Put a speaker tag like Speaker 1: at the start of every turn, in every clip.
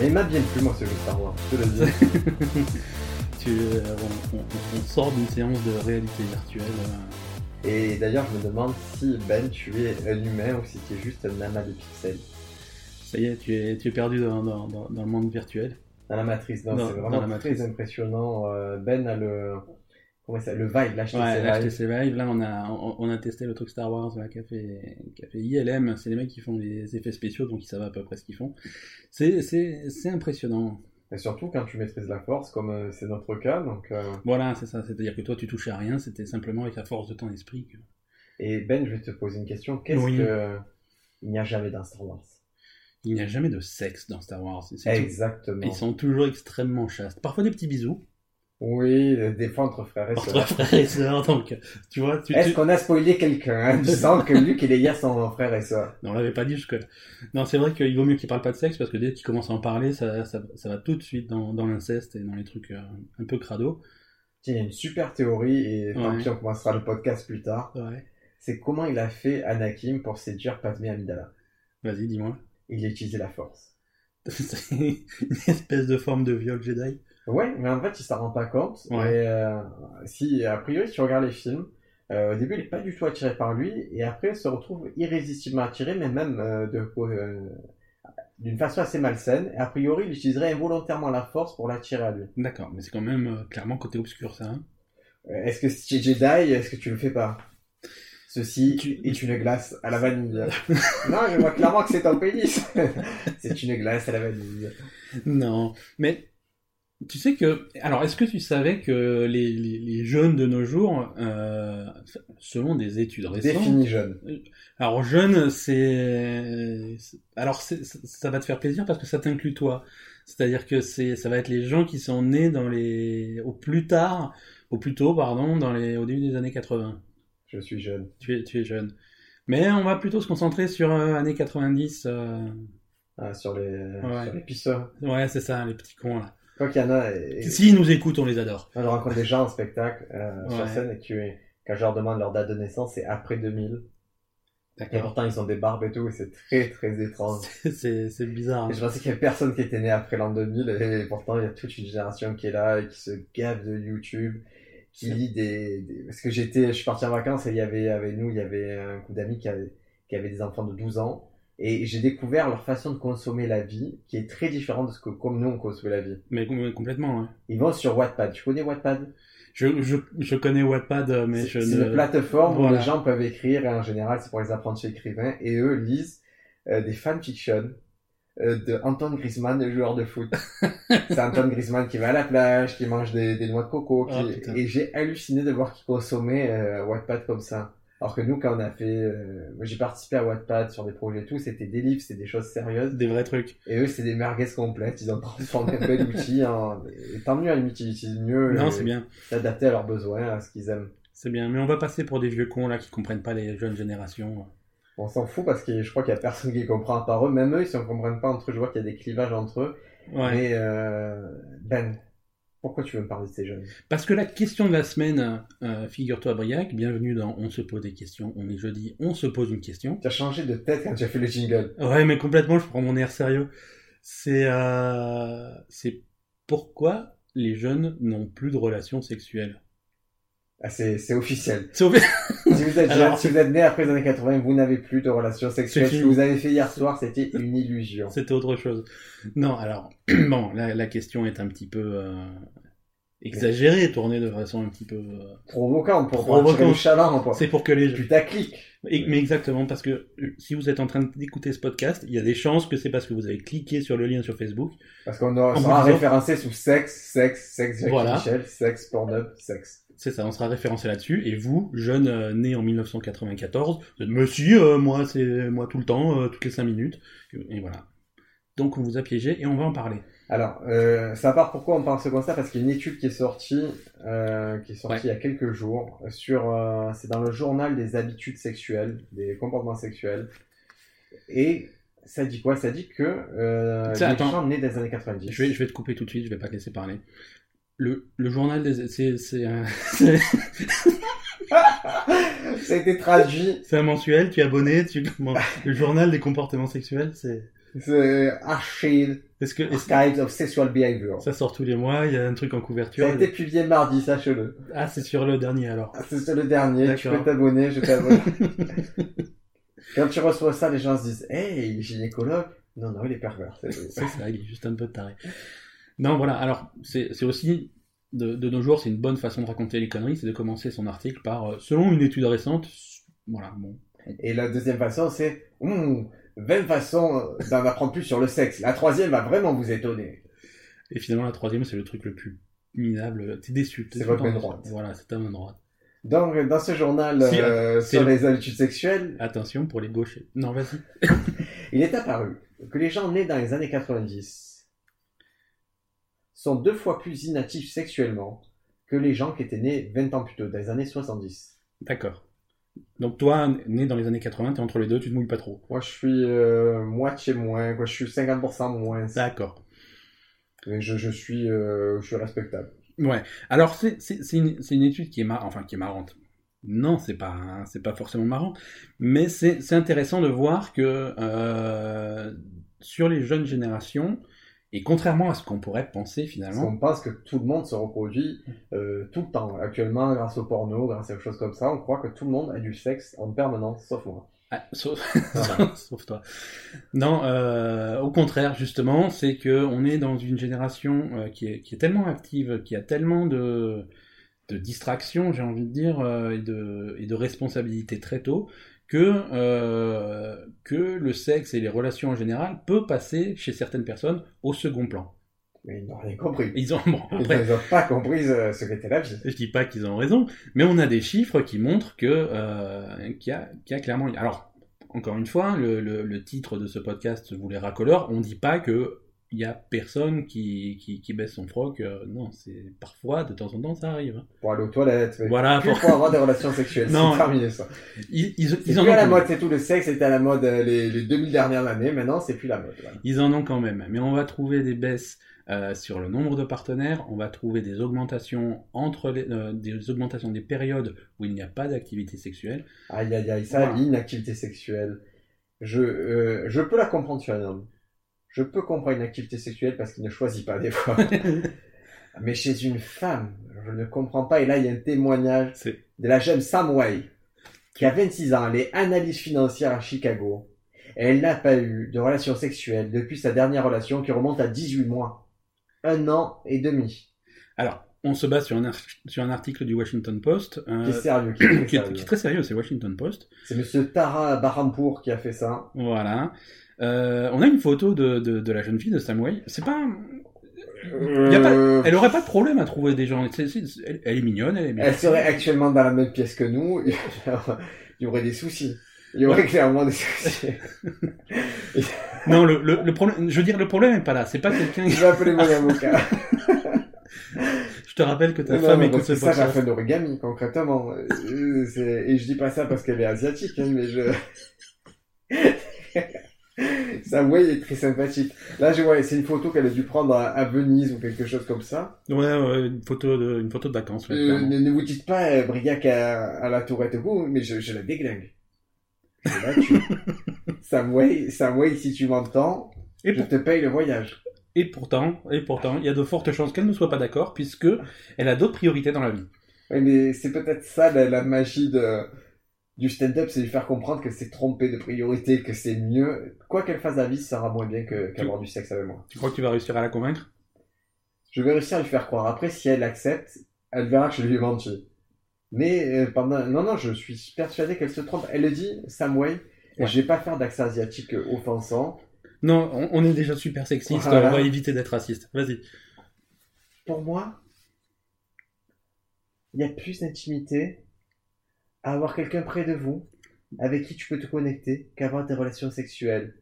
Speaker 1: Mais il m'a bien plu, moi, ce jeu Star Wars, je te le dis.
Speaker 2: Tu, euh, on, on- on sort d'une séance de réalité virtuelle. euh.
Speaker 1: Et d'ailleurs, je me demande si Ben, tu es un humain ou si tu es juste un amas de pixels.
Speaker 2: Ça y est, tu es, tu es perdu dans, dans- dans- dans le monde virtuel.
Speaker 1: Dans la matrice, non,
Speaker 2: Dans-
Speaker 1: c'est
Speaker 2: dans
Speaker 1: vraiment
Speaker 2: la
Speaker 1: très
Speaker 2: matrice.
Speaker 1: impressionnant. Euh, Ben a le. Comment ça Le vibe, l'HTC
Speaker 2: Ouais,
Speaker 1: vibe.
Speaker 2: l'HTC Vive, là on a, on, on a testé le truc Star Wars là, qu'a fait, qu'a fait ILM, c'est les mecs qui font les effets spéciaux donc ils savent à peu près ce qu'ils font. C'est- C'est c'est impressionnant.
Speaker 1: Et surtout quand tu maîtrises la force, comme euh, c'est notre cas. Donc, euh,
Speaker 2: Voilà, c'est ça, c'est-à-dire que toi tu touches à rien, c'était simplement avec la force de ton esprit. que-
Speaker 1: Et Ben, je vais te poser une question. Qu'est-ce
Speaker 2: Oui.
Speaker 1: que. Il n'y a jamais dans Star Wars.
Speaker 2: Il n'y a jamais de sexe dans Star Wars. C'est- c'est tout.
Speaker 1: Exactement.
Speaker 2: Ils sont toujours extrêmement chastes. Parfois des petits bisous
Speaker 1: Oui, euh, des fois entre frères et
Speaker 2: entre
Speaker 1: sœurs.
Speaker 2: frères et sœurs, donc tu vois, tu,
Speaker 1: Est-ce
Speaker 2: tu-
Speaker 1: qu'on a spoilé quelqu'un en disant que Luke et Leia sont frères et sœurs
Speaker 2: Non, on l'avait pas dit jusque-là. Non, c'est vrai qu'il vaut mieux qu'ils parlent pas de sexe parce que dès qu'ils commencent à en parler, ça, ça, ça va tout de suite dans, dans l'inceste et dans les trucs euh, un peu crado.
Speaker 1: Tiens, il y a une super théorie et tant
Speaker 2: Ouais.
Speaker 1: pis, on commencera le podcast plus tard.
Speaker 2: Ouais.
Speaker 1: C'est comment il a fait Anakin pour séduire Padmé Amidala.
Speaker 2: Vas-y, dis-moi.
Speaker 1: Il a utilisé la force.
Speaker 2: c'est une espèce de forme de viol Jedi.
Speaker 1: Ouais, mais en fait, il s'en rend pas compte.
Speaker 2: Ouais.
Speaker 1: Et, euh, si, a priori, si tu regardes les films, euh, au début, il est pas du tout attiré par lui, et après, il se retrouve irrésistiblement attiré, mais même euh, de- euh, d'une façon assez malsaine. Et a priori, il utiliserait involontairement la force pour l'attirer à lui.
Speaker 2: D'accord, mais c'est quand même euh, clairement côté obscur ça. hein.
Speaker 1: Euh, Est-ce que si tu es Jedi, est-ce que tu le fais pas Ceci
Speaker 2: Tu-
Speaker 1: est une glace à la vanille. non, je vois clairement que c'est ton pénis. c'est une glace à la vanille.
Speaker 2: Non, mais tu sais que. Alors, est-ce que tu savais que les, les, les jeunes de nos jours, euh, selon des études récentes.
Speaker 1: Défini jeune.
Speaker 2: Alors, jeune, c'est. c'est- Alors, c'est- c'est- ça va te faire plaisir parce que ça t'inclut toi. C'est-à-dire que c'est, ça va être les gens qui sont nés dans les. au plus tard, au plus tôt, pardon, dans les, au début des années 80.
Speaker 1: Je suis jeune.
Speaker 2: Tu es, tu es jeune. Mais on va plutôt se concentrer sur euh, années 90. euh,
Speaker 1: Ah, sur les,
Speaker 2: Ouais.
Speaker 1: sur les pisseurs.
Speaker 2: Ouais, c'est ça, les petits cons là.
Speaker 1: Quoi qu'il y en a, et, et-
Speaker 2: S'ils nous écoutent, on les adore.
Speaker 1: moi, je rencontre des gens en spectacle euh, sur
Speaker 2: Ouais.
Speaker 1: scène et que, quand je leur demande leur date de naissance, c'est après 2000. Et
Speaker 2: D'accord.
Speaker 1: pourtant, ils ont des barbes et tout, et c'est très très étrange.
Speaker 2: C'est c'est bizarre.
Speaker 1: Et
Speaker 2: hein.
Speaker 1: je pensais qu'il y avait personne qui était né après l'an 2000, et pourtant, il y a toute une génération qui est là et qui se gave de YouTube, qui lit des. des- Parce que j'étais, je suis parti en vacances et il y avait avec nous, il y avait un coup d'amis qui avait, qui avait des enfants de 12 ans. Et j'ai découvert leur façon de consommer la vie, qui est très différente de ce que comme nous on consomme la vie.
Speaker 2: Mais com- complètement, ouais.
Speaker 1: Ils vont sur Wattpad. Tu connais Wattpad
Speaker 2: Je, je, je connais Wattpad, euh, mais je
Speaker 1: C'est c'est
Speaker 2: ne-
Speaker 1: une plateforme où
Speaker 2: Voilà.
Speaker 1: les gens peuvent écrire, et en général, c'est pour les apprentis écrivains, et eux lisent euh, des fanfictions euh, de Antoine Griezmann, le joueur de foot. c'est Antoine Griezmann qui va à la plage, qui mange des, des noix de coco, qui-
Speaker 2: Ah, putain.
Speaker 1: et j'ai halluciné de voir qu'ils consommaient euh, Wattpad comme ça. Alors que nous, quand on a fait, euh, moi, j'ai participé à Wattpad sur des projets et tout, c'était des livres, c'est des choses sérieuses,
Speaker 2: des vrais trucs.
Speaker 1: et eux, c'est des merguez complètes, ils ont transformé un bel outil en, et tant mieux, à la limite, ils l'utilisent mieux,
Speaker 2: Non,
Speaker 1: et
Speaker 2: c'est bien.
Speaker 1: s'adapter à leurs besoins, à ce qu'ils aiment.
Speaker 2: C'est bien. Mais on va passer pour des vieux cons là qui comprennent pas les jeunes générations.
Speaker 1: On s'en fout parce que je crois qu'il y a personne qui les comprend à part eux. Même eux, ils ne comprennent pas entre eux. Je vois qu'il y a des clivages entre eux.
Speaker 2: Ouais.
Speaker 1: Mais euh, Ben, pourquoi tu veux me parler de ces jeunes
Speaker 2: Parce que la question de la semaine, euh, figure-toi Briac, bienvenue dans On se pose des questions. On est jeudi, on se pose une question.
Speaker 1: Tu as changé de tête quand tu as fait le jingle.
Speaker 2: Ouais, mais complètement, je prends mon air sérieux. C'est euh, c'est pourquoi les jeunes n'ont plus de relations sexuelles.
Speaker 1: Ah, c'est c'est officiel.
Speaker 2: Sauf-
Speaker 1: Si vous êtes
Speaker 2: Alors-
Speaker 1: jeune, si vous êtes né après les années 80, vous n'avez plus de relations sexuelles.
Speaker 2: C'est
Speaker 1: Ce que
Speaker 2: fini.
Speaker 1: vous avez fait hier soir, c'était une illusion.
Speaker 2: C'était autre chose. Non, alors, bon, la, la question est un petit peu euh, exagérée, tournée de façon un petit peu. euh,
Speaker 1: Provocant pour
Speaker 2: Provocant.
Speaker 1: attirer le chaland. Pour...
Speaker 2: C'est pour que les jeunes.
Speaker 1: Putaclic.
Speaker 2: Et- Mais exactement, parce que euh, si vous êtes en train d'écouter ce podcast, il y a des chances que c'est parce que vous avez cliqué sur le lien sur Facebook.
Speaker 1: Parce qu'on aura-
Speaker 2: En
Speaker 1: sera
Speaker 2: vous disant-
Speaker 1: référencé sous sexe, sexe, sexe, Jackie
Speaker 2: Voilà.
Speaker 1: Michel, sexe, Pornhub, sexe.
Speaker 2: C'est ça, on sera référencé là-dessus. Et vous, jeune euh, né en 1994, vous êtes Monsieur, euh, moi c'est moi tout le temps, euh, toutes les cinq minutes. Et voilà. Donc on vous a piégé et on va en parler.
Speaker 1: Alors, euh, ça part pourquoi on parle de ce constat Parce qu'il y a une étude qui est sortie, euh, qui est sortie
Speaker 2: Ouais.
Speaker 1: il y a quelques jours, sur, euh, c'est dans le journal des habitudes sexuelles, des comportements sexuels, et ça dit quoi Ça dit que euh,
Speaker 2: Ça,
Speaker 1: les
Speaker 2: attends.
Speaker 1: gens nés des années 90.
Speaker 2: Je vais, je vais te couper tout de suite, je vais pas te laisser parler. Le, le journal des. C'est c'est un, c'est-
Speaker 1: Ça a été traduit.
Speaker 2: c'est un mensuel, tu es abonné, tu. bon, le journal des comportements sexuels, c'est.
Speaker 1: The Archive
Speaker 2: Est-ce que est-ce-
Speaker 1: Archives of Sexual Behavior.
Speaker 2: ça sort tous les mois Il y a un truc en couverture.
Speaker 1: Ça a été publié mardi, sache-le.
Speaker 2: Ah, c'est sur le dernier alors.
Speaker 1: Ah, C'est le dernier, tu
Speaker 2: D'accord.
Speaker 1: peux t'abonner, je t'abonne. Quand tu reçois ça, les gens se disent Hey, gynécologue Non, non, il est pervers. c'est vrai.
Speaker 2: C'est ça, il est juste un peu taré. Non, voilà. Alors, c'est c'est aussi, de, de nos jours, c'est une bonne façon de raconter les conneries, c'est de commencer son article par, euh, selon une étude récente, voilà, bon.
Speaker 1: Et la deuxième façon, c'est Hum, 20 façons d'en apprendre plus sur le sexe. La troisième va vraiment vous étonner.
Speaker 2: Et finalement, la troisième, c'est le truc le plus minable. T'es déçu. t'es
Speaker 1: C'est votre
Speaker 2: content
Speaker 1: main
Speaker 2: de ça.
Speaker 1: droite.
Speaker 2: Voilà, c'est ta main droite.
Speaker 1: Donc, dans ce journal
Speaker 2: Si,
Speaker 1: euh,
Speaker 2: c'est-
Speaker 1: sur les habitudes sexuelles,
Speaker 2: Attention pour les gauchers. Non, vas-y.
Speaker 1: Il est apparu que les gens nés dans les années 90 sont deux fois plus inactifs sexuellement que les gens qui étaient nés 20 ans plus tôt, dans les années 70.
Speaker 2: D'accord. Donc toi, né dans les années 80, t'es entre les deux, tu te mouilles pas trop.
Speaker 1: Moi, je suis euh, moitié moins, quoi, je suis 50% moins.
Speaker 2: D'accord.
Speaker 1: Mais je, je suis, euh, je suis respectable.
Speaker 2: Ouais. Alors c'est c'est- c'est une, c'est une étude qui est mar- enfin qui est marrante. Non, c'est pas hein, c'est pas forcément marrant, mais c'est c'est intéressant de voir que euh, sur les jeunes générations et contrairement à ce qu'on pourrait penser
Speaker 1: Parce
Speaker 2: finalement,
Speaker 1: qu'on pense que tout le monde se reproduit euh, tout le temps. Actuellement, grâce au porno, grâce à des choses comme ça, on croit que tout le monde a du sexe en permanence, sauf moi.
Speaker 2: Ah, sauf, sauf toi. Non, euh, au contraire, justement, c'est que on est dans une génération euh, qui, est, qui est tellement active, qui a tellement de, de distractions, j'ai envie de dire, euh, et de, et de responsabilités très tôt, que, euh, que le sexe et les relations en général peut passer chez certaines personnes au second plan.
Speaker 1: Mais ils n'ont rien compris.
Speaker 2: Ils ont, bon,
Speaker 1: Ils
Speaker 2: après,
Speaker 1: n'ont pas compris euh, ce qu'était la vie.
Speaker 2: je dis pas qu'ils ont raison, mais on a des chiffres qui montrent que euh, qu'il y, a- qu'il y a clairement. Alors, encore une fois, le, le- le titre de ce podcast voulait racoleur. On dit pas que il y a personne qui, qui, qui baisse son froc. euh, non, c'est parfois de temps en temps ça arrive. hein.
Speaker 1: Pour aller aux toilettes, mais
Speaker 2: Voilà.
Speaker 1: plus
Speaker 2: pour-
Speaker 1: pour avoir des relations sexuelles.
Speaker 2: Non.
Speaker 1: C'est terminé ça.
Speaker 2: Ils, ils-
Speaker 1: C'est
Speaker 2: ils en
Speaker 1: plus
Speaker 2: ont
Speaker 1: à la
Speaker 2: quand
Speaker 1: mode,
Speaker 2: même.
Speaker 1: c'est tout. Le sexe était à la mode euh, les, les 2000 dernières années. Maintenant, c'est plus la mode. voilà.
Speaker 2: Ils en ont quand même. Mais on va trouver des baisses euh, sur le nombre de partenaires. On va trouver des augmentations entre les, euh, des augmentations des périodes où il n'y a pas d'activité sexuelle.
Speaker 1: Aïe, aïe, aïe. Ça,
Speaker 2: Voilà.
Speaker 1: l'inactivité sexuelle. Je, euh, je peux la comprendre sur un homme. Je peux comprendre une activité sexuelle parce qu'il ne choisit pas des fois. Mais chez une femme, je ne comprends pas. Et là, il y a un témoignage
Speaker 2: C'est-
Speaker 1: de la jeune Samway, qui a 26 ans. Elle est analyse financière à Chicago. Elle n'a pas eu de relation sexuelle depuis sa dernière relation qui remonte à 18 mois. Un an et demi.
Speaker 2: Alors, on se base sur un, ar- sur un article du Washington Post, euh,
Speaker 1: Qui est sérieux, qui est très
Speaker 2: qui, est,
Speaker 1: sérieux.
Speaker 2: qui est très sérieux, c'est Washington Post.
Speaker 1: C'est monsieur Tara Barampour qui a fait ça.
Speaker 2: Voilà. Euh, on a une photo de, de, de la jeune fille de Samway. C'est pas,
Speaker 1: Euh,
Speaker 2: Y a elle aurait pas de problème à trouver des gens. C'est- c'est- elle, elle est mignonne, elle est bien.
Speaker 1: Elle serait actuellement dans la même pièce que nous. Il y aurait- il y aurait des soucis. Il y aurait clairement des soucis.
Speaker 2: Non, le, le, le problème, je veux dire, le problème est pas là. C'est pas quelqu'un.
Speaker 1: Je vais appeler mon avocat.
Speaker 2: Je te rappelle que ta
Speaker 1: Non,
Speaker 2: femme
Speaker 1: non,
Speaker 2: écoute
Speaker 1: parce
Speaker 2: ce
Speaker 1: que ça, j'ai
Speaker 2: podcast.
Speaker 1: fait l'origami, concrètement. Euh, c'est- Et je dis pas ça parce qu'elle est asiatique, hein, mais je... Ça, ouais, est très sympathique. Là, je vois, c'est une photo qu'elle a dû prendre à, à Venise ou quelque chose comme ça.
Speaker 2: Ouais, ouais, une photo de, une photo de vacances. ouais,
Speaker 1: Euh,
Speaker 2: clairement.
Speaker 1: ne, ne vous dites pas, euh, Briac à, à la tourette goût, mais je, je la déglingue. Je la tue. Samway, Samway, si tu m'entends,
Speaker 2: Et
Speaker 1: je
Speaker 2: pour-
Speaker 1: te paye le voyage.
Speaker 2: et pourtant, et pourtant, il y a de fortes chances qu'elle ne soit pas d'accord puisque elle a d'autres priorités dans la vie.
Speaker 1: Ouais, mais c'est peut-être ça la, la magie de, du stand-up, c'est lui faire comprendre que c'est trompé de priorité, que c'est mieux. Quoi qu'elle fasse la vie, ça sera moins bien que- qu'avoir du sexe avec moi.
Speaker 2: Tu crois que tu vas réussir à la convaincre?
Speaker 1: Je vais réussir à lui faire croire. Après, si elle accepte, elle verra que je lui ai menti. Mais euh, pendant... non, non, je suis persuadé qu'elle se trompe. Elle le dit, Samway,
Speaker 2: Ouais.
Speaker 1: je vais pas faire d'accent asiatique euh, offensant.
Speaker 2: Non, on, on est déjà super sexiste,
Speaker 1: Voilà.
Speaker 2: on va éviter d'être raciste. Vas-y.
Speaker 1: Pour moi, il y a plus d'intimité à avoir quelqu'un près de vous avec qui tu peux te connecter qu'avoir des relations sexuelles.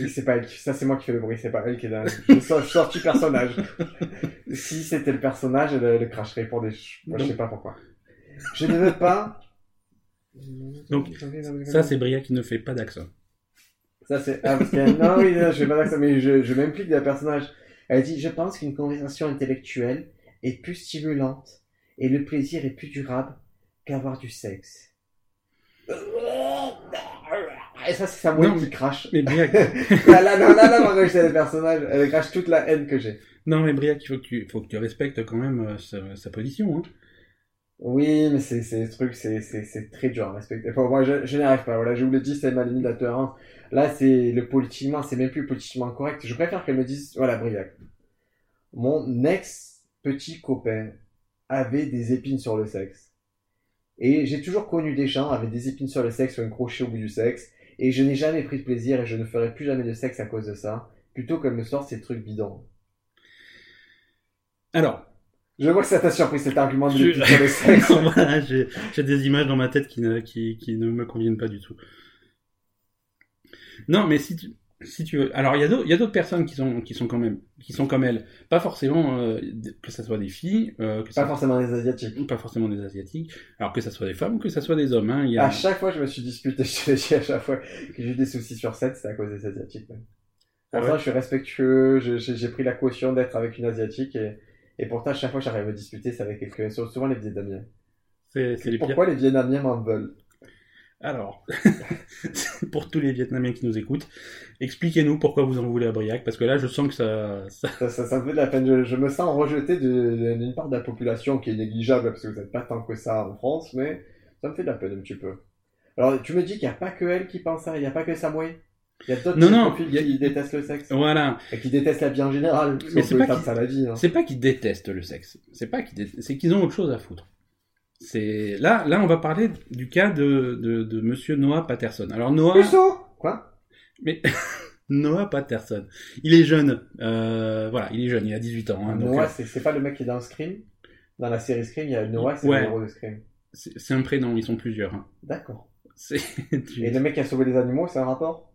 Speaker 1: Et c'est pas elle qui- ça c'est moi qui fais le bruit, c'est pas elle qui est là. Je sors, je sors du personnage. si c'était le personnage, elle le cracherait pour des, ch- moi, je sais pas pourquoi. Je ne veux pas.
Speaker 2: Donc, Ça, c'est Bria qui ne fait pas d'accent.
Speaker 1: Ça, c'est. Ah, parce que. Non, oui, non, je vais pas dire ça, mais je, je m'implique de la personnage. Elle dit Je pense qu'une conversation intellectuelle est plus stimulante et le plaisir est plus durable qu'avoir du sexe. Et ça, c'est Samuel
Speaker 2: Non,
Speaker 1: qui crache.
Speaker 2: Mais Briac,
Speaker 1: là, là, non, là, là, maintenant que c'est le personnage, elle crache toute la haine que j'ai.
Speaker 2: non, mais Briac, il faut que tu, faut que tu respectes quand même euh, sa, sa position. Hein.
Speaker 1: Oui, mais c'est, c'est ce truc, c'est, c'est, c'est très dur à respecter. Enfin, moi, je, je n'y arrive pas. Voilà, je vous le dis, c'est ma limite de la tolérance. Là, c'est le politiquement, c'est même plus politiquement correct. Je préfère qu'elle me dise, voilà, Briac. Mon ex petit copain avait des épines sur le sexe. Et j'ai toujours connu des gens avec des épines sur le sexe ou un crochet au bout du sexe. Et je n'ai jamais pris de plaisir et je ne ferai plus jamais de sexe à cause de ça. Plutôt qu'elle me sorte ces trucs bidons.
Speaker 2: Alors,
Speaker 1: Je vois que ça t'a surpris cet argument de
Speaker 2: Je-
Speaker 1: l'épine sur le sexe.
Speaker 2: non, voilà, j'ai j'ai des images dans ma tête qui ne, qui, qui ne me conviennent pas du tout. Non, mais si tu, si tu veux. Alors, il y a d'autres- il y a d'autres personnes qui sont, qui sont quand même, qui sont comme elles. Pas forcément euh, que ça soit des filles, euh, que ça
Speaker 1: Pas forcément les asiatiques.
Speaker 2: pas forcément des asiatiques, alors que ça soit des femmes ou que ça soit des hommes. Hein, il y a...
Speaker 1: À chaque fois, je me suis disputé, je te le dis à chaque fois que j'ai eu des soucis sur 7, c'est à cause des Asiatiques. même.
Speaker 2: Ah
Speaker 1: Pourtant, je suis respectueux, je- j'ai j'ai pris la caution d'être avec une Asiatique et, et pourtant, à chaque fois, j'arrive à me disputer, c'est avec quelqu'un, Sou- souvent les Vietnamiens.
Speaker 2: c'est, c'est les pires.
Speaker 1: Pourquoi les Vietnamiens m'en veulent
Speaker 2: Alors, pour tous les Vietnamiens qui nous écoutent, expliquez-nous pourquoi vous en voulez à Briac, parce que là, je sens que ça. ça-
Speaker 1: ça, ça, ça me fait de la peine, je, je me sens rejeté de- d'une part de la population qui est négligeable parce que vous n'êtes pas tant que ça en France, mais ça me fait de la peine un petit peu. Alors, tu me dis qu'il n'y a pas que elle qui pense ça, il n'y a pas que Samoué il y a d'autres
Speaker 2: Non,
Speaker 1: petits
Speaker 2: non,
Speaker 1: profils
Speaker 2: il y a-
Speaker 1: qui détestent le sexe
Speaker 2: Voilà.
Speaker 1: et qui détestent la vie en général. parce
Speaker 2: Mais
Speaker 1: qu'on
Speaker 2: c'est
Speaker 1: peut
Speaker 2: pas
Speaker 1: faire
Speaker 2: qu'ils-
Speaker 1: ça la vie. hein.
Speaker 2: C'est pas qu'ils détestent le sexe, c'est pas qu'ils détestent- c'est qu'ils ont autre chose à foutre. C'est là, là, on va parler du cas de, de, de Monsieur Noah Patterson. Alors Noah,
Speaker 1: Quoi
Speaker 2: Noah Patterson, il est jeune. euh, voilà, il est jeune, il a 18 ans. hein, donc,
Speaker 1: Noah,
Speaker 2: euh,
Speaker 1: c'est c'est pas le mec qui est dans Scream Dans la série Scream, il y a Noah, c'est
Speaker 2: Ouais.
Speaker 1: le héros de Scream.
Speaker 2: c'est c'est un prénom, ils sont plusieurs. hein.
Speaker 1: D'accord.
Speaker 2: C'est tu-
Speaker 1: Et le mec qui a sauvé les animaux, c'est un rapport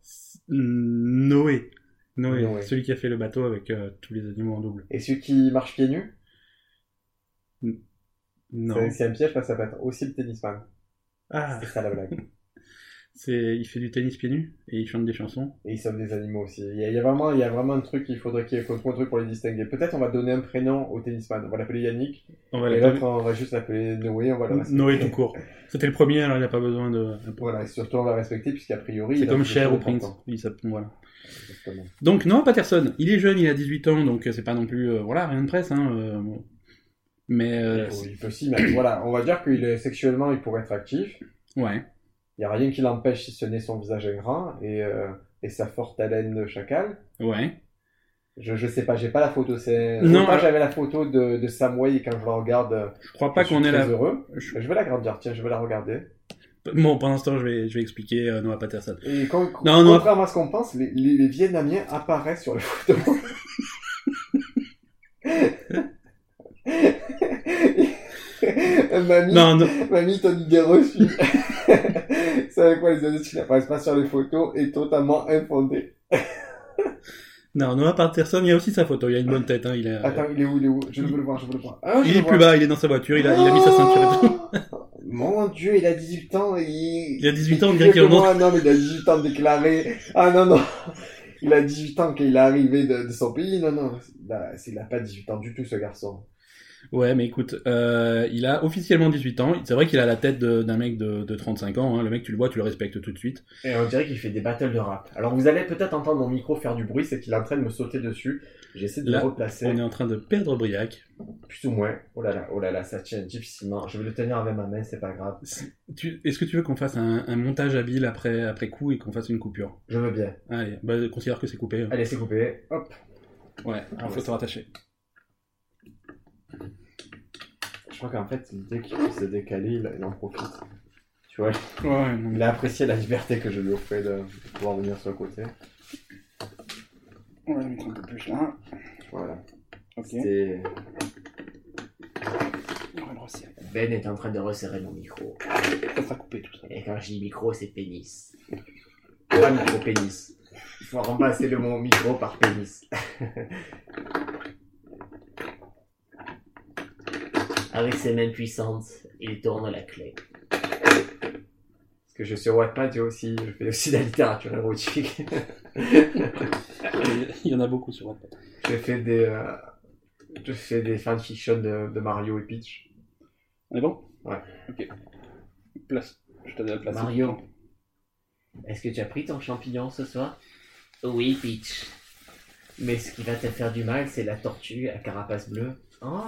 Speaker 2: Noé. Noé,
Speaker 1: Noé.
Speaker 2: celui qui a fait le bateau avec euh, tous les animaux en double.
Speaker 1: Et celui qui marche pieds nus
Speaker 2: Non.
Speaker 1: c'est- C'est un piège parce que ça peut être aussi le tennisman.
Speaker 2: Ah,
Speaker 1: C'est ça la blague.
Speaker 2: c'est il fait du tennis pieds nus et il chante des chansons.
Speaker 1: Et il sauve des animaux aussi. Il y a, il y a vraiment, il y a vraiment un truc qu'il faudrait qu'il y ait un truc pour les distinguer. Peut-être on va donner un prénom au tennisman. On va l'appeler Yannick.
Speaker 2: On va
Speaker 1: et
Speaker 2: l'appeler
Speaker 1: l'autre, on va juste l'appeler Noé. On va le respecter.
Speaker 2: Noé tout court. C'était le premier, alors il n'a pas besoin de.
Speaker 1: Voilà, et surtout on va le respecter puisqu'a priori.
Speaker 2: C'est
Speaker 1: il a
Speaker 2: comme
Speaker 1: fait des
Speaker 2: Cher
Speaker 1: choses
Speaker 2: ou Prince.
Speaker 1: importantes.
Speaker 2: Il s'appelle- voilà.
Speaker 1: Exactement.
Speaker 2: Donc Noah Patterson, il est jeune, il a 18 ans, donc euh, c'est pas non plus euh, voilà rien de presse. Hein, euh, bon. Mais euh,
Speaker 1: Oui, Oh, il peut s'y mettre. Voilà, on va dire qu'il est sexuellement, il pourrait être actif.
Speaker 2: c'est- ouais.
Speaker 1: Il n'y a rien qui l'empêche si ce n'est son visage ingrat et, euh, et sa forte haleine de chacal.
Speaker 2: Ouais.
Speaker 1: Je, je sais pas, j'ai pas la photo. C'est...
Speaker 2: Non,
Speaker 1: Moi
Speaker 2: alors-
Speaker 1: j'avais la photo de, de Samway et quand je la regarde, euh,
Speaker 2: Je crois pas
Speaker 1: je suis
Speaker 2: qu'on est
Speaker 1: très
Speaker 2: là.
Speaker 1: heureux.
Speaker 2: je-
Speaker 1: Je vais la grandir, tiens, je vais la regarder.
Speaker 2: Bon, pendant ce temps, je vais, je vais expliquer euh, Noah Patterson.
Speaker 1: Et quand,
Speaker 2: Non, non.
Speaker 1: contrairement à ce qu'on pense, les, les- les Vietnamiens apparaissent sur la photo. Mamie,
Speaker 2: Non, non,
Speaker 1: Mamie, t'as dit des reçus. C'est avec quoi les adultes qui n'apparaissent pas sur les photos est totalement infondé.
Speaker 2: Non, Noah Patterson, il y a aussi sa photo, il a une bonne tête. Hein, il, a-
Speaker 1: Attends, il est où, il est où Je veux le voir, je veux le voir. Ah, je
Speaker 2: il
Speaker 1: le
Speaker 2: est plus
Speaker 1: vois.
Speaker 2: bas, il est dans sa voiture, il a, il a mis sa ceinture et tout.
Speaker 1: Oh Mon dieu, il a 18 ans et il...
Speaker 2: Il a 18 ans, on
Speaker 1: il
Speaker 2: dirait
Speaker 1: est
Speaker 2: qu'il en
Speaker 1: plus moi, Non, mais il a 18 ans déclaré. Ah non, non. Il a 18 ans qu'il est arrivé de, de son pays. Non, non, il a, il a pas 18 ans du tout, ce garçon.
Speaker 2: Ouais, mais écoute, euh, il a officiellement 18 ans. C'est vrai qu'il a la tête de- d'un mec de, de 35 ans. hein. Le mec, tu le vois, tu le respectes tout de suite.
Speaker 1: Et on dirait qu'il fait des battles de rap. Alors vous allez peut-être entendre mon micro faire du bruit, c'est qu'il est en train de me sauter dessus. J'essaie de
Speaker 2: Là,
Speaker 1: le replacer,
Speaker 2: On est en train de perdre Briac.
Speaker 1: plus ou moins. Oh là là, oh là là, ça tient difficilement. Je vais le tenir avec ma main, c'est pas grave.
Speaker 2: Tu- Est-ce que tu veux qu'on fasse un, un montage habile après, après coup et qu'on fasse une coupure
Speaker 1: Je veux bien.
Speaker 2: Allez, bah, considère que c'est coupé.
Speaker 1: Allez, c'est coupé. Hop.
Speaker 2: Ouais, alors faut se rattacher.
Speaker 1: Je crois qu'en fait, dès qu'il peut se décaler, il, il en profite. Tu vois,
Speaker 2: Ouais, non, mais-
Speaker 1: il a apprécié la liberté que je lui offrais de pouvoir venir sur le côté.
Speaker 2: on va le mettre un peu plus là.
Speaker 1: Voilà.
Speaker 2: Ok,
Speaker 1: C'était-
Speaker 2: on va le resserrer.
Speaker 3: Ben est en train de resserrer mon micro.
Speaker 2: Ça sera coupé tout ça.
Speaker 3: Et quand je dis micro, c'est pénis.
Speaker 1: Pas micro-pénis. Il faut remplacer le mot micro par pénis.
Speaker 3: Avec ses mains puissantes, il tourne la clé.
Speaker 1: Parce que je suis Wattpad, j'ai aussi, je fais aussi de la littérature érotique.
Speaker 2: Il y en a beaucoup sur Wattpad.
Speaker 1: je fais des, euh, je fais des fanfictions de, de Mario et Peach.
Speaker 2: On est bon
Speaker 1: Ouais.
Speaker 2: Ok. Place. Je te donne la place.
Speaker 3: Mario. Est-ce que tu as pris ton champignon ce soir Oui, Peach. Mais ce qui va te faire du mal, c'est la tortue à carapace bleue. Oh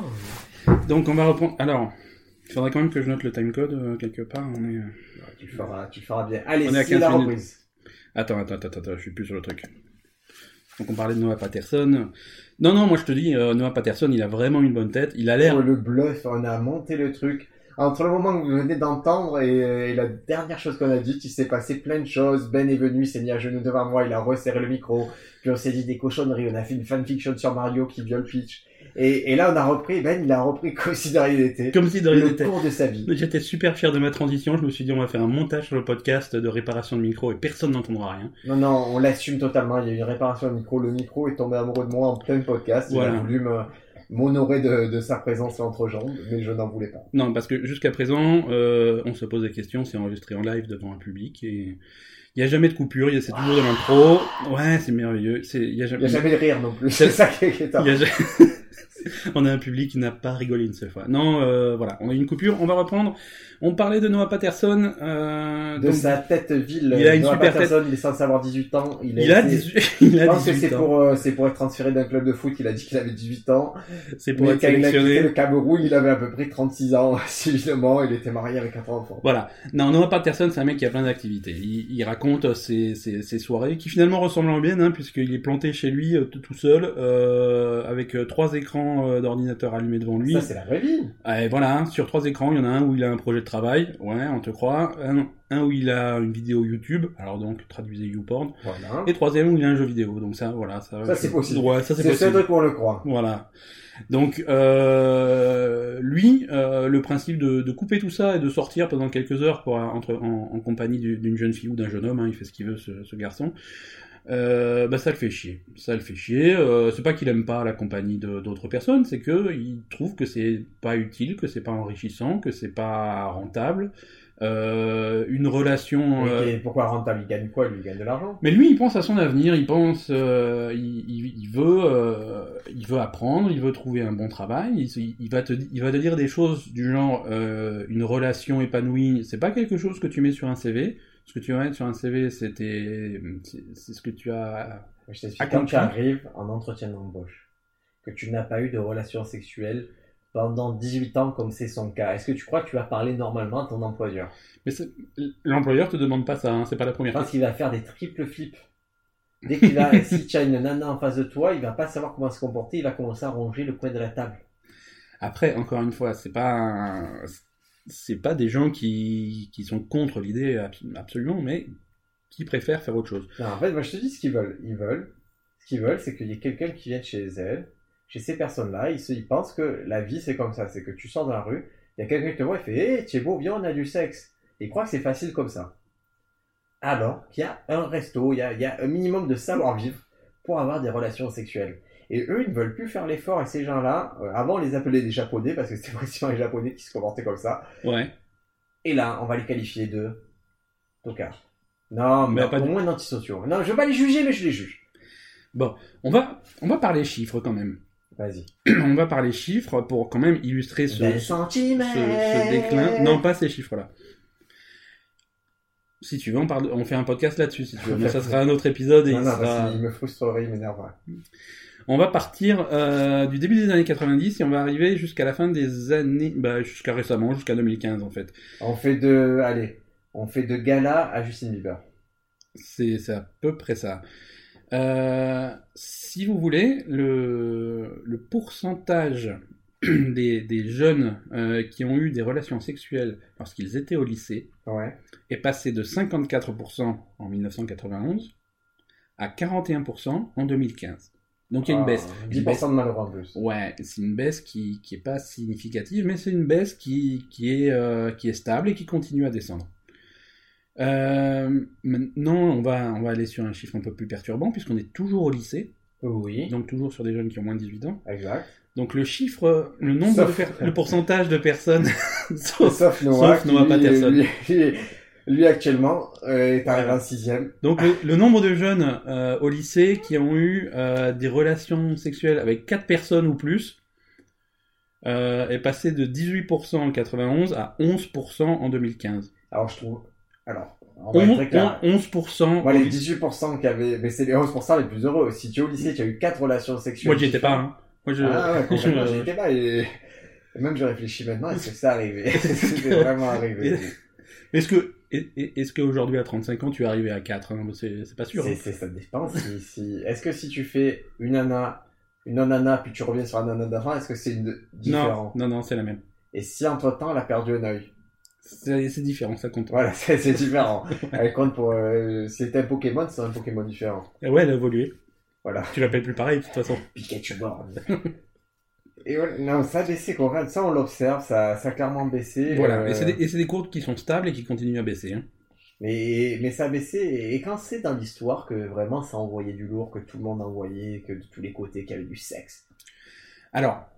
Speaker 2: Donc on va reprendre. Alors, il faudrait quand même que je note le timecode euh, quelque part. On est... euh,
Speaker 1: Ouais, tu, le feras, tu le feras bien. Allez,
Speaker 2: On est à
Speaker 1: c'est
Speaker 2: 15
Speaker 1: la
Speaker 2: minutes.
Speaker 1: reprise.
Speaker 2: Attends, attends, attends, attends, je suis plus sur le truc. Donc on parlait de Noah Patterson. Non, non, moi je te dis, euh, Noah Patterson, il a vraiment une bonne tête. Il a l'air.
Speaker 1: Sur le bluff, on a monté le truc. Entre le moment que vous venez d'entendre et, et la dernière chose qu'on a dite, il s'est passé plein de choses. Ben est venu, il s'est mis à genoux devant moi, il a resserré le micro. Puis on s'est dit des cochonneries, on a fait une fanfiction sur Mario qui viole Peach. Et, et là, on a repris, Ben, il a repris comme si de rien n'était.
Speaker 2: Comme si de rien
Speaker 1: Le
Speaker 2: n'était.
Speaker 1: cours de sa vie.
Speaker 2: J'étais super fier de ma transition. Je me suis dit, on va faire un montage sur le podcast de réparation de micro et personne n'entendra rien.
Speaker 1: Non, non, on l'assume totalement. Il y a eu une réparation au micro. Le micro est tombé amoureux de moi en plein podcast. Il
Speaker 2: Voilà.
Speaker 1: a voulu me- euh, m'honorer de, de sa présence entre jambes, mais je n'en voulais pas.
Speaker 2: Non, parce que jusqu'à présent, euh, on se pose des questions, c'est enregistré en live devant un public et il n'y a jamais de coupure, il y a- c'est toujours de l'impro. Ouais, c'est merveilleux. c'est- Il y
Speaker 1: Il
Speaker 2: a
Speaker 1: n'y
Speaker 2: jamais.
Speaker 1: a jamais de rire non plus. C'est ça qui est qui est
Speaker 2: il
Speaker 1: top.
Speaker 2: y a jamais- on a un public qui n'a pas rigolé une seule fois. Non, euh, voilà, on a eu une coupure, on va reprendre. On parlait de Noah Patterson. euh,
Speaker 1: De
Speaker 2: donc-
Speaker 1: sa tête ville.
Speaker 2: Il a une
Speaker 1: Noah
Speaker 2: super
Speaker 1: Patterson, Il est censé avoir 18 ans. Il,
Speaker 2: Il a
Speaker 1: été-
Speaker 2: 18, il
Speaker 1: Je
Speaker 2: a
Speaker 1: pense que
Speaker 2: 18
Speaker 1: c'est
Speaker 2: ans.
Speaker 1: pour, euh, c'est pour être transféré d'un club de foot. Il a dit qu'il avait 18 ans.
Speaker 2: C'est pour
Speaker 1: Mais
Speaker 2: être
Speaker 1: quand il a quitté le
Speaker 2: sélectionné.
Speaker 1: Cameroun, il avait à peu près 36 ans, civilement. Il était marié avec 4 enfants.
Speaker 2: Voilà. Non, Noah Patterson, c'est un mec qui a plein d'activités. Il, il raconte euh, ses, ses, ses soirées, qui finalement ressemblent en bien, hein, puisqu'il est planté chez lui euh, tout tout seul, euh, avec euh, trois écrans euh, d'ordinateur allumés devant lui.
Speaker 1: Ça, c'est la vraie vie.
Speaker 2: Ah, et voilà, hein, sur trois écrans, il y en a un où il a un projet de travail, ouais, on te croit. Un, un où il a une vidéo YouTube, alors donc traduisez YouPorn.
Speaker 1: Voilà.
Speaker 2: Et troisième où il a un jeu vidéo, donc ça, voilà. Ça,
Speaker 1: Ça, c'est possible.
Speaker 2: Ouais, ça, c'est
Speaker 1: C'est le seul
Speaker 2: possible.
Speaker 1: truc où on le croit.
Speaker 2: Voilà. Donc, euh, lui, euh, le principe de, de couper tout ça et de sortir pendant quelques heures pour, entre, en, en compagnie du- d'une jeune fille ou d'un jeune homme, hein, il fait ce qu'il veut, ce, ce garçon, euh, bah, ça le fait chier. Ça le fait chier. Euh, c'est pas qu'il aime pas la compagnie de- d'autres personnes, c'est que il trouve que c'est pas utile, que c'est pas enrichissant, que c'est pas rentable. Euh, une relation.
Speaker 1: Oui,
Speaker 2: euh,
Speaker 1: et Pourquoi rentable Il gagne quoi Lui, il gagne de l'argent.
Speaker 2: mais lui, il pense à son avenir, il pense, euh, il, il- il veut, euh, il veut apprendre, il veut trouver un bon travail. Il, se- il va te, di- il va te dire des choses du genre euh, une relation épanouie. C'est pas quelque chose que tu mets sur un CV. Ce que tu vas mettre sur un CV, c'est tes- c'est c'est ce que tu as.
Speaker 1: Je t'explique, quand
Speaker 2: Accompli.
Speaker 1: tu arrives en entretien d'embauche, que tu n'as pas eu de relation sexuelle pendant 18 ans comme c'est son cas, est-ce que tu crois que tu vas parler normalement à ton employeur
Speaker 2: Mais c'est- l'employeur te demande pas ça. hein, c'est pas la
Speaker 1: Je
Speaker 2: première.
Speaker 1: pense
Speaker 2: fois.
Speaker 1: qu'il va faire des triples flips. Dès qu'il va, si tu as une nana en face de toi, il va pas savoir comment se comporter, il va commencer à ronger le coin de la table.
Speaker 2: Après, encore une fois, c'est pas. un- C'est pas des gens qui, qui sont contre l'idée abs- absolument, mais qui préfèrent faire autre chose.
Speaker 1: Non, en fait, moi je te dis ce qu'ils veulent. Ils veulent, ce qu'ils veulent, c'est qu'il y ait quelqu'un qui vienne chez elles, chez ces personnes-là. Ils, se- ils pensent que la vie c'est comme ça, c'est que tu sors dans la rue, il y a quelqu'un qui te voit et fait Hé, tu es beau, viens, on a du sexe. Et ils croient que c'est facile comme ça. Alors qu'il y a un resto, il y a, il y a un minimum de savoir-vivre pour avoir des relations sexuelles. Et eux, ils ne veulent plus faire l'effort. Et ces gens-là, euh, avant, on les appelait des japonais parce que c'était principalement les japonais qui se comportaient comme ça.
Speaker 2: Ouais.
Speaker 1: Et là, on va les qualifier de tocards. Non, mais,
Speaker 2: Mais pas
Speaker 1: au
Speaker 2: du-
Speaker 1: moins d'antisociaux. Non, je veux pas les juger, mais je les juge.
Speaker 2: On va, on va parler chiffres quand même.
Speaker 1: Vas-y.
Speaker 2: on va parler chiffres pour quand même illustrer ce,
Speaker 1: Des
Speaker 2: ce,
Speaker 1: centimètres.
Speaker 2: ce déclin. Non, pas ces chiffres-là. Si tu veux, on, parle, on fait un podcast là-dessus, si tu veux. Mais ça sera un autre épisode et
Speaker 1: Non,
Speaker 2: il
Speaker 1: non,
Speaker 2: sera-
Speaker 1: parce qu'il me frustrerait, il m'énerverait.
Speaker 2: On va partir euh, du début des années 90 et on va arriver jusqu'à la fin des années... Bah, jusqu'à récemment, jusqu'à 2015 en fait.
Speaker 1: On fait de, allez, on fait de gala à Justin Bieber.
Speaker 2: C'est c'est à peu près ça. Euh, si vous voulez, le, le pourcentage des, des jeunes euh, qui ont eu des relations sexuelles lorsqu'ils étaient au lycée
Speaker 1: Ouais.
Speaker 2: est passé de 54% en 1991 à 41% en 2015. Donc il y a une
Speaker 1: Ah,
Speaker 2: baisse. Une
Speaker 1: 10% de malheureux en plus.
Speaker 2: Ouais, c'est une baisse qui qui est pas significative, mais c'est une baisse qui, qui, est, euh, qui est stable et qui continue à descendre. Euh, maintenant, on va, on va aller sur un chiffre un peu plus perturbant, puisqu'on est toujours au lycée,
Speaker 1: Oui.
Speaker 2: donc toujours sur des jeunes qui ont moins de 18 ans.
Speaker 1: Exact.
Speaker 2: Donc le chiffre, le nombre
Speaker 1: Sauf-
Speaker 2: de per- le pourcentage de personnes, sauf-
Speaker 1: Sauf Noah.
Speaker 2: sauf
Speaker 1: qui,
Speaker 2: Noah
Speaker 1: lui,
Speaker 2: Patterson.
Speaker 1: Lui, lui- lui, actuellement, euh, est arrivé en sixième.
Speaker 2: donc le, le nombre de jeunes euh, au lycée qui ont eu euh, des relations sexuelles avec quatre personnes ou plus euh, est passé de 18% en 91 à 11% en 2015.
Speaker 1: Alors, je trouve Alors, on va
Speaker 2: On-
Speaker 1: être
Speaker 2: on-
Speaker 1: très clair.
Speaker 2: 11%.
Speaker 1: Moi, les 18% qui avaient, mais c'est les 11% les plus heureux. Si tu es au lycée, tu as eu 4 relations sexuelles.
Speaker 2: Moi, j'y étais pas. hein. Moi, je... euh,
Speaker 1: Ah ouais, complètement,
Speaker 2: je-
Speaker 1: j'y étais pas. Et... et même je réfléchis maintenant, est-ce que c'est arrivé Est-ce que c'est vraiment arrivé
Speaker 2: Est-ce que est- est- est-ce qu'aujourd'hui à 35 ans tu es arrivé à 4 hein C'est c'est pas sûr.
Speaker 1: C'est- c'est- Ça dépend. Si, si... Est-ce que si tu fais une nana, une non-nana, puis tu reviens sur la nana d'avant, est-ce que c'est une...
Speaker 2: Non,
Speaker 1: différent
Speaker 2: non, non, c'est la même.
Speaker 1: Et si entre-temps, elle a perdu un œil
Speaker 2: C'est c'est différent, ça compte.
Speaker 1: Voilà, c'est c'est différent. elle compte pour... euh, C'est un Pokémon, c'est un Pokémon différent.
Speaker 2: Et ouais, elle a évolué.
Speaker 1: Voilà.
Speaker 2: Tu l'appelles plus pareil de toute façon.
Speaker 1: Pikachu Board. Et voilà, non, ça a baissé, Conrad, ça on l'observe, ça, ça a clairement baissé.
Speaker 2: voilà.
Speaker 1: euh,
Speaker 2: Et c'est des, et c'est des courbes qui sont stables et qui continuent à baisser. hein.
Speaker 1: mais, mais ça a baissé, et, et quand c'est dans l'histoire que vraiment ça envoyait du lourd, que tout le monde envoyait, que de tous les côtés, qu'il y avait du sexe.
Speaker 2: Alors,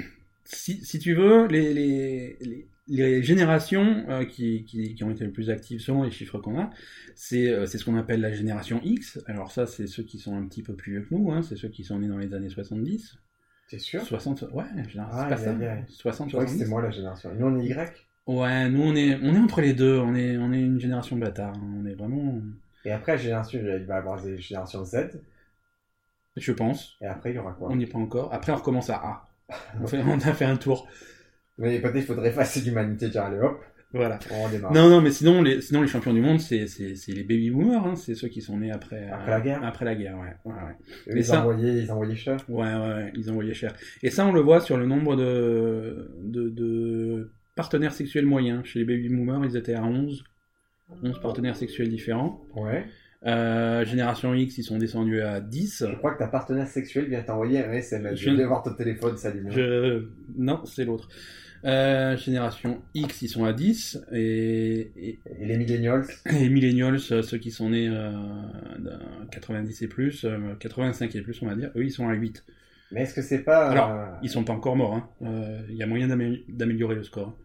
Speaker 2: si, si tu veux, les, les, les, les générations euh, qui, qui, qui ont été les plus actives selon les chiffres qu'on a, c'est euh, c'est ce qu'on appelle la génération X. Alors ça, c'est ceux qui sont un petit peu plus vieux que nous, hein, c'est ceux qui sont nés dans les années 70.
Speaker 1: C'est sûr
Speaker 2: 60, ouais, génération-
Speaker 1: Ah,
Speaker 2: c'est pas
Speaker 1: aïe,
Speaker 2: ça.
Speaker 1: aïe, aïe.
Speaker 2: 60,
Speaker 1: Je crois que
Speaker 2: 70.
Speaker 1: c'était moi la génération. Nous on est Y,
Speaker 2: Ouais, nous on est, on est entre les deux, on est, on est une génération bâtard, hein, on est vraiment,
Speaker 1: et après la génération, bah, il va y avoir des générations Z,
Speaker 2: je pense,
Speaker 1: et après il y aura quoi
Speaker 2: on n'y est pas encore. Après on recommence à A. On, fait- on a fait un tour,
Speaker 1: Mais peut-être il faudrait effacer l'humanité, dire allez hop,
Speaker 2: voilà.
Speaker 1: on redémarre.
Speaker 2: Non, non, mais sinon les, sinon les champions du monde, c'est, c'est, c'est les baby boomers, hein, c'est ceux qui sont nés après, euh,
Speaker 1: Après la guerre. Ah
Speaker 2: Après la guerre, ouais. ouais, ouais.
Speaker 1: Eux,
Speaker 2: mais
Speaker 1: ils,
Speaker 2: ça-
Speaker 1: envoyaient, ils envoyaient cher.
Speaker 2: Ouais, ouais, ouais, ils envoyaient cher. Et ça, on le voit sur le nombre de, de, de partenaires sexuels moyens. Chez les baby boomers, ils étaient à 11, 11 partenaires sexuels différents.
Speaker 1: Ouais.
Speaker 2: Euh, Génération X, ils sont descendus à 10.
Speaker 1: Je crois que ta partenaire sexuelle vient t'envoyer un SMS.
Speaker 2: Je
Speaker 1: Je
Speaker 2: ne-
Speaker 1: vais voir ton téléphone s'allumer.
Speaker 2: Je... Non, c'est l'autre. Euh, génération X, ils sont à 10. Et, et,
Speaker 1: Et les millennials,
Speaker 2: et Millennials, euh, ceux qui sont nés euh, d'un 90 et plus, euh, 85 et plus, on va dire, eux, ils sont à 8.
Speaker 1: mais est-ce que c'est pas.
Speaker 2: Alors,
Speaker 1: euh,
Speaker 2: Ils sont pas encore morts. hein. Euh, Il y a moyen d'amé- d'améliorer le score.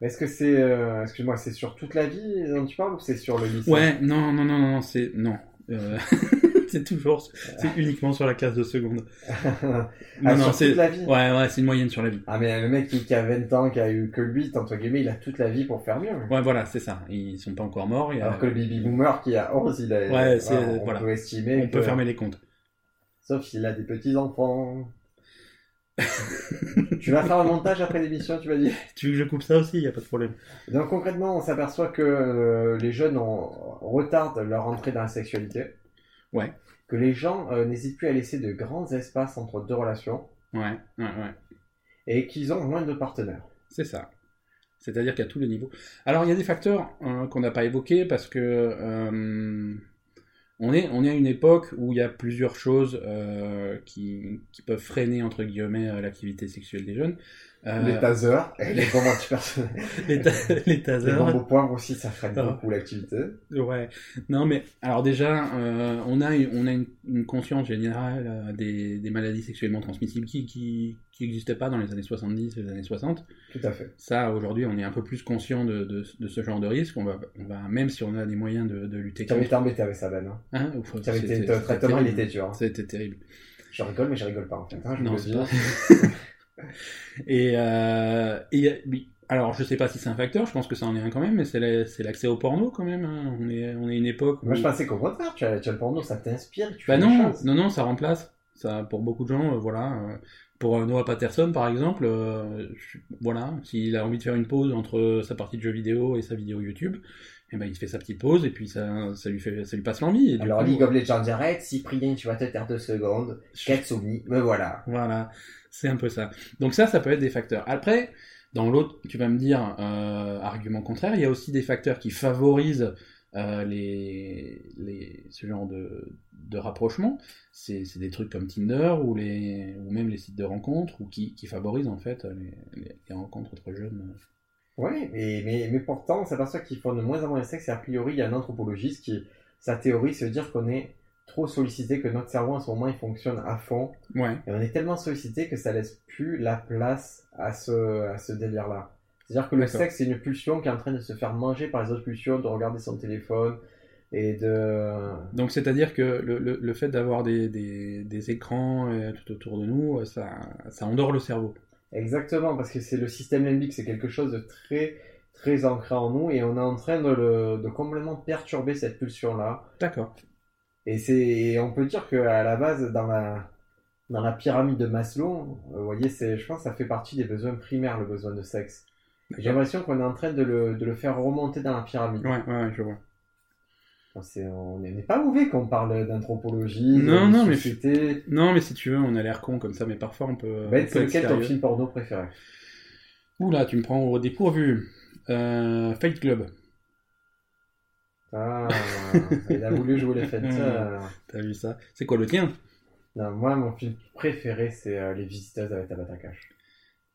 Speaker 1: mais est-ce que c'est. euh, Excuse-moi, c'est sur toute la vie dont tu parles ou c'est sur le lycée
Speaker 2: Ouais, non, non, non, non, non, c'est. Non. Euh, c'est toujours. C'est uniquement sur la case de seconde.
Speaker 1: Ah,
Speaker 2: Non, non,
Speaker 1: sur
Speaker 2: c'est.
Speaker 1: toute la vie
Speaker 2: Ouais, ouais, c'est une moyenne sur la vie.
Speaker 1: Ah, mais le mec qui, qui a 20 ans, qui a eu que 8, entre guillemets, il a toute la vie pour faire mieux.
Speaker 2: Ouais, voilà, c'est ça. Ils sont pas encore morts. il y a-
Speaker 1: Alors que le baby boomer qui a 11, il a.
Speaker 2: Ouais, c'est-
Speaker 1: on
Speaker 2: voilà.
Speaker 1: peut estimer.
Speaker 2: On peut
Speaker 1: que-
Speaker 2: fermer les comptes.
Speaker 1: Sauf s'il a des petits-enfants. tu vas faire un montage après l'émission, tu vas dire
Speaker 2: Tu veux que je coupe ça aussi Il y a pas de problème.
Speaker 1: Donc concrètement, on s'aperçoit que euh, les jeunes ont- retardent leur entrée dans la sexualité.
Speaker 2: Ouais.
Speaker 1: Que les gens euh, n'hésitent plus à laisser de grands espaces entre deux relations
Speaker 2: Ouais, ouais, ouais.
Speaker 1: et qu'ils ont moins de partenaires.
Speaker 2: C'est ça. C'est-à-dire qu'à tous les niveaux. Alors, il y a des facteurs hein, qu'on n'a pas évoqués parce que euh, on, est, on est à une époque où il y a plusieurs choses euh, qui, qui peuvent freiner, entre guillemets, euh, l'activité sexuelle des jeunes. Euh,
Speaker 1: Les tasers, et les bombes antipersonnelles.
Speaker 2: les, ta- les
Speaker 1: Les
Speaker 2: tasers.
Speaker 1: bombes au poivre aussi, ça freine
Speaker 2: Ah.
Speaker 1: beaucoup l'activité.
Speaker 2: Ouais. Non, mais alors déjà, euh, on a, une- on a une, une conscience générale euh, des, des maladies sexuellement transmissibles qui qui qui n'existaient pas dans les années 70 et les années 60.
Speaker 1: Tout à fait.
Speaker 2: Ça, aujourd'hui, on est un peu plus conscient de, de- de ce genre de risque. On va, on va, même si on a des moyens de, de lutter
Speaker 1: Tu avais
Speaker 2: contre.
Speaker 1: été embêté avec ça, Ben. hein.
Speaker 2: Hein Ouf,
Speaker 1: Tu avais été-
Speaker 2: c'était-
Speaker 1: Ton
Speaker 2: c'était
Speaker 1: traitement, il
Speaker 2: terrible.
Speaker 1: était dur. hein.
Speaker 2: C'était terrible.
Speaker 1: Je rigole, mais je rigole pas en fait. hein, je
Speaker 2: Non,
Speaker 1: vous le
Speaker 2: c'est
Speaker 1: dis.
Speaker 2: pas- Et, euh, et il y a- oui. alors, je sais pas si c'est un facteur. Je pense que ça en est un quand même. Mais c'est la- c'est l'accès au porno quand même. hein. On est, on est une époque.
Speaker 1: Moi,
Speaker 2: où-
Speaker 1: je pensais qu'au contraire, tu as, tu as le porno, ça t'inspire. tu
Speaker 2: Bah
Speaker 1: fais des
Speaker 2: non,
Speaker 1: choses.
Speaker 2: non, non, ça remplace. Ça, pour beaucoup de gens, euh, voilà. euh, pour euh, Noah Patterson, par exemple, euh, je- voilà, s'il a envie de faire une pause entre sa partie de jeu vidéo et sa vidéo YouTube, eh ben, il fait sa petite pause et puis ça, ça lui fait, ça lui passe l'envie. et du
Speaker 1: Alors,
Speaker 2: coup,
Speaker 1: League of Legends, arrête. Cyprien, tu vas te taire deux secondes.
Speaker 2: je-
Speaker 1: Katsumi, me voilà.
Speaker 2: Voilà, c'est un peu ça. Donc ça, ça peut être des facteurs. Après, dans l'autre, tu vas me dire, euh, argument contraire, il y a aussi des facteurs qui favorisent euh, les, les, ce genre de, de rapprochement. C'est c'est des trucs comme Tinder ou, les, ou même les sites de rencontres ou qui, qui favorisent en fait les, les- les rencontres entre jeunes.
Speaker 1: Oui, mais, mais, mais pourtant, on s'aperçoit qu'ils font de moins en moins le sexe. Et a priori, il y a un anthropologiste qui, sa théorie, se dire qu'on est trop sollicité, que notre cerveau, en ce moment, il fonctionne à fond.
Speaker 2: Ouais.
Speaker 1: Et on est tellement sollicité que ça laisse plus la place à ce, à ce délire-là. C'est-à-dire que le
Speaker 2: D'accord.
Speaker 1: sexe, c'est une pulsion qui est en train de se faire manger par les autres pulsions, de regarder son téléphone et de.
Speaker 2: Donc c'est-à-dire que le, le, le fait d'avoir des, des, des écrans euh, tout autour de nous, euh, ça, ça endort le cerveau.
Speaker 1: Exactement, parce que c'est le système limbique, c'est quelque chose de très très ancré en nous et on est en train de, le- de complètement perturber cette pulsion-là.
Speaker 2: D'accord.
Speaker 1: Et, c'est, et on peut dire qu'à la base, dans la, dans la pyramide de Maslow, euh, vous voyez, c'est, je pense que ça fait partie des besoins primaires, le besoin de sexe. Et J'ai l'impression qu'on est en train de le, de le faire remonter dans la pyramide.
Speaker 2: Ouais, ouais, ouais, je vois.
Speaker 1: On s'est- on n'est pas mauvais quand on parle d'anthropologie,
Speaker 2: Non,
Speaker 1: de
Speaker 2: non, mais-
Speaker 1: société.
Speaker 2: Non, mais si tu veux, on a l'air con comme ça, mais parfois on peut. euh, on peut
Speaker 1: Ben, c'est
Speaker 2: être
Speaker 1: lequel ton
Speaker 2: sérieux.
Speaker 1: film porno préféré
Speaker 2: Oula, tu me prends au dépourvu. Euh, Fight Club.
Speaker 1: Ah, il a voulu jouer les fêtes. euh.
Speaker 2: T'as vu ça C'est quoi le tien
Speaker 1: Non, moi, mon film préféré, c'est euh, Les Visiteuses avec Tabata Cash.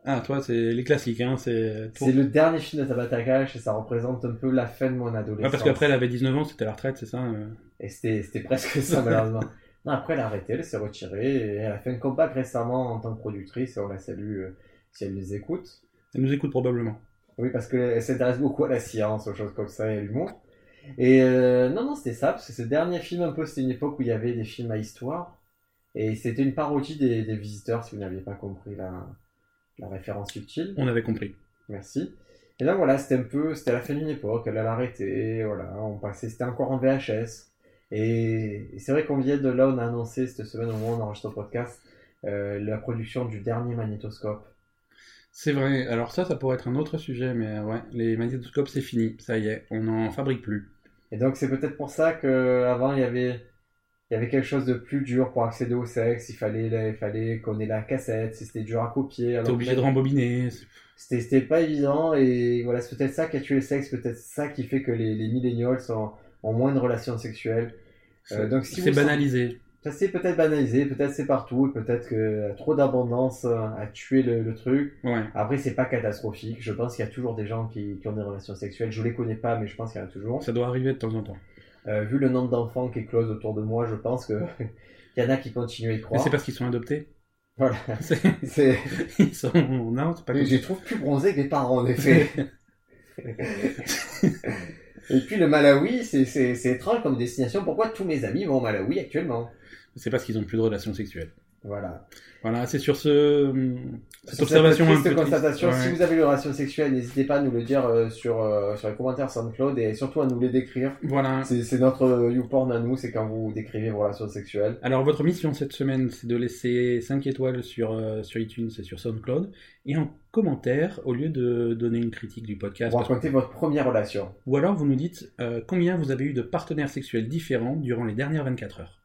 Speaker 2: Ah, toi, c'est les classiques, hein. C'est.
Speaker 1: C'est le dernier film de Tabata Cash et ça représente un peu la fin de mon
Speaker 2: Ouais,
Speaker 1: adolescence.
Speaker 2: Ah, parce qu'après, elle avait 19 ans, c'était la retraite, c'est ça euh
Speaker 1: Et c'était c'était presque ça, malheureusement. Non, après, elle a arrêté, elle s'est retirée et elle a fait un comeback récemment en tant que productrice et on la salue euh, si elle nous écoute.
Speaker 2: Elle nous écoute probablement.
Speaker 1: Oui, parce qu'elle s'intéresse beaucoup à la science, aux choses comme ça et à l'humour. Et euh, non, non, c'était ça, parce que ce dernier film, un peu, c'était une époque où il y avait des films à histoire. Et c'était une parodie des, des visiteurs, si vous n'aviez pas compris la, la référence subtile.
Speaker 2: On avait compris.
Speaker 1: Merci. Et là, voilà, c'était un peu, c'était la fin d'une époque, elle allait arrêter, voilà, on passait, c'était encore en VHS. Et, et c'est vrai qu'on vient de là, on a annoncé cette semaine au moment où on enregistre le podcast, euh, la production du dernier magnétoscope.
Speaker 2: C'est vrai. Alors ça, ça pourrait être un autre sujet, mais euh, ouais, les magnétoscopes, c'est fini. Ça y est, on n'en fabrique plus.
Speaker 1: Et donc c'est peut-être pour ça que avant il y avait il y avait quelque chose de plus dur pour accéder au sexe, il fallait la- il fallait qu'on ait la cassette, si c'était dur à copier. alors Euh,
Speaker 2: T'es obligé
Speaker 1: que
Speaker 2: de rembobiner. c'est-
Speaker 1: C'était c'était pas évident et voilà, c'est peut-être ça qui a tué le sexe, peut-être ça qui fait que les, les millénials sont ont moins de relations sexuelles. Euh, donc si
Speaker 2: c'est
Speaker 1: vous
Speaker 2: banalisé.
Speaker 1: Ça c'est peut-être banalisé, peut-être c'est partout, et peut-être que trop d'abondance euh, a tué le, le truc.
Speaker 2: Ouais.
Speaker 1: Après c'est pas catastrophique, je pense qu'il y a toujours des gens qui, qui ont des relations sexuelles, je les connais pas mais je pense qu'il y en a toujours.
Speaker 2: Ça doit arriver de temps en temps.
Speaker 1: Euh, vu le nombre d'enfants qui éclosent autour de moi, je pense que qu'il y en a qui continuent à y
Speaker 2: Mais
Speaker 1: croire.
Speaker 2: c'est parce qu'ils sont adoptés.
Speaker 1: Voilà.
Speaker 2: C'est-
Speaker 1: C'est-
Speaker 2: Ils sont. Non, c'est pas comme
Speaker 1: Je les trouve plus bronzés que les parents, en effet. Et puis le Malawi, c'est- c'est c'est étrange comme destination. Pourquoi tous mes amis vont au Malawi actuellement
Speaker 2: C'est parce qu'ils n'ont plus de relations sexuelles.
Speaker 1: Voilà.
Speaker 2: Voilà, c'est sur ce. hum, Cette
Speaker 1: Sur
Speaker 2: observation
Speaker 1: cette
Speaker 2: un
Speaker 1: triste
Speaker 2: peu. triste,
Speaker 1: constatation,
Speaker 2: ouais.
Speaker 1: si vous avez une relation sexuelle, n'hésitez pas à nous le dire euh, sur, euh, sur les commentaires SoundCloud et surtout à nous les décrire.
Speaker 2: Voilà.
Speaker 1: C'est c'est notre euh, YouPorn à nous, c'est quand vous décrivez vos relations sexuelles.
Speaker 2: Alors, votre mission cette semaine, c'est de laisser 5 étoiles sur, euh, sur iTunes et sur SoundCloud, et en commentaire, au lieu de donner une critique du podcast.
Speaker 1: Vous
Speaker 2: parce que-
Speaker 1: racontez votre première relation.
Speaker 2: Ou alors, vous nous dites euh, combien vous avez eu de partenaires sexuels différents durant les dernières 24 heures.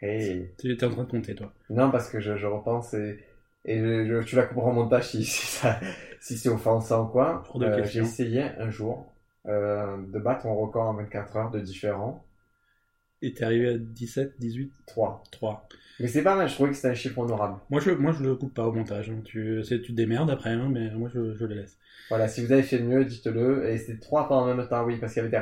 Speaker 1: Hey.
Speaker 2: Tu étais en train de compter, toi.
Speaker 1: Non, parce que je, je repense et, et je- je- tu la couperas au montage si, si, ça- si c'est offensant ou quoi.
Speaker 2: Pour de
Speaker 1: Euh, J'ai
Speaker 2: question.
Speaker 1: essayé un jour euh, de battre mon record en 24 heures de différent.
Speaker 2: Et t'es arrivé à 17, 18,
Speaker 1: 3.
Speaker 2: 3.
Speaker 1: Mais c'est pas mal, je trouvais que c'était un chiffre honorable.
Speaker 2: Moi, je moi, je le coupe pas au montage. hein. Tu, c'est- tu te démerdes après, hein, mais moi, je, je le laisse.
Speaker 1: Voilà, si vous avez fait mieux, dites-le. Et c'était 3 pas en même temps, oui, parce qu'il y avait des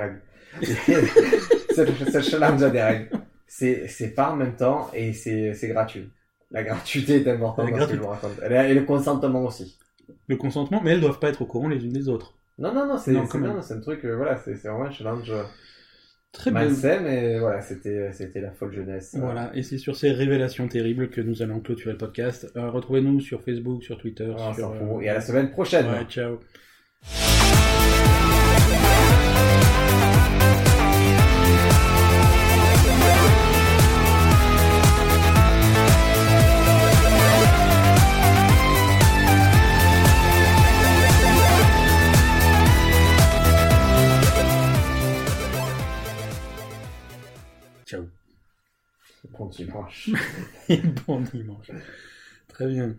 Speaker 1: règles. ce, ce challenge a des règles. C'est c'est pas en même temps et c'est c'est gratuit. La gratuité est importante
Speaker 2: Elle est
Speaker 1: dans ce que je vous raconte. Elle est- Et le consentement aussi.
Speaker 2: Le consentement, mais elles doivent pas être au courant les unes des autres.
Speaker 1: Non, non, non, c'est
Speaker 2: Non,
Speaker 1: c'est-
Speaker 2: quand même.
Speaker 1: non, c'est un truc, euh, voilà, c'est c'est vraiment un challenge euh,
Speaker 2: Très bien.
Speaker 1: malsain, mais voilà, c'était c'était la folle jeunesse. euh.
Speaker 2: Voilà, et c'est sur ces révélations terribles que nous allons clôturer le podcast. Euh, Retrouvez-nous sur Facebook, sur Twitter,
Speaker 1: Ah, on
Speaker 2: sur.
Speaker 1: s'en
Speaker 2: euh,
Speaker 1: fout. Et à la semaine prochaine.
Speaker 2: Ouais, ciao. Ciao.
Speaker 1: Bon dimanche.
Speaker 2: Et bon dimanche. Très bien.